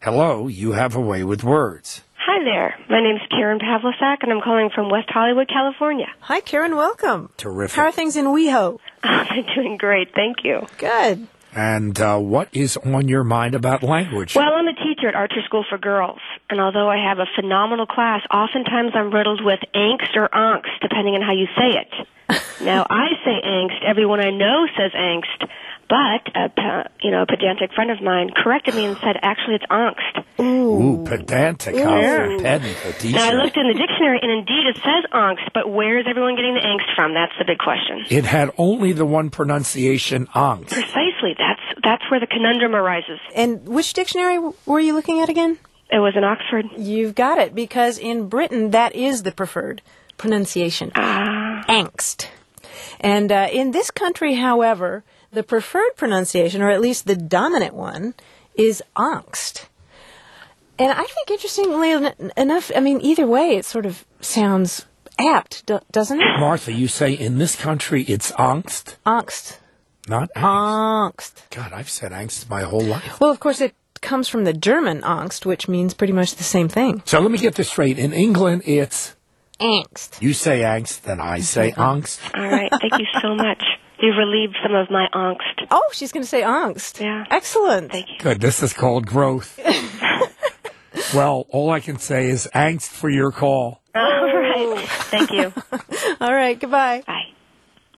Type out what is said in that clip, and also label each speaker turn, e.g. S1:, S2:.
S1: Hello, you have a way with words.
S2: Hi there. My name's Karen Pavlisak, and I'm calling from West Hollywood, California.
S3: Hi, Karen. Welcome.
S1: Terrific.
S3: How are things in WeHo?
S2: I'm doing great. Thank you.
S3: Good.
S1: And uh, what is on your mind about language?
S2: Well, I'm a teacher at Archer School for Girls, and although I have a phenomenal class, oftentimes I'm riddled with angst or angst, depending on how you say it. now, I say angst. Everyone I know says angst, but a pe- you know a pedantic friend of mine corrected me and said actually it's angst.
S1: Ooh, pedantic. How pedant a teacher.
S2: Now, I looked in the dictionary, and indeed it says angst, but where is everyone getting the angst from? That's the big question.
S1: It had only the one pronunciation, angst.
S2: Precisely. That's that's where the conundrum arises.
S3: And which dictionary w- were you looking at again?
S2: It was in Oxford.
S3: You've got it, because in Britain, that is the preferred pronunciation. Ah. Angst. And uh, in this country, however, the preferred pronunciation, or at least the dominant one, is angst. And I think, interestingly en- enough, I mean, either way, it sort of sounds apt, do- doesn't it?
S1: Martha, you say in this country it's angst,
S3: Angst.
S1: not
S2: Uh,
S1: angst.
S3: Angst.
S1: God, I've said angst my whole life.
S3: Well, of course, it comes from the German Angst, which means pretty much the same thing.
S1: So let me get this straight. In England, it's
S3: Angst.
S1: you say angst, then I say angst.
S2: All right. Thank you so much. You've relieved some of my angst.
S3: Oh, she's going to say angst.
S2: Yeah.
S3: Excellent.
S2: Thank you.
S1: Good. This is called growth. well, all I can say is angst for your call.
S2: All right. Thank you.
S3: All right. Goodbye.
S2: Bye.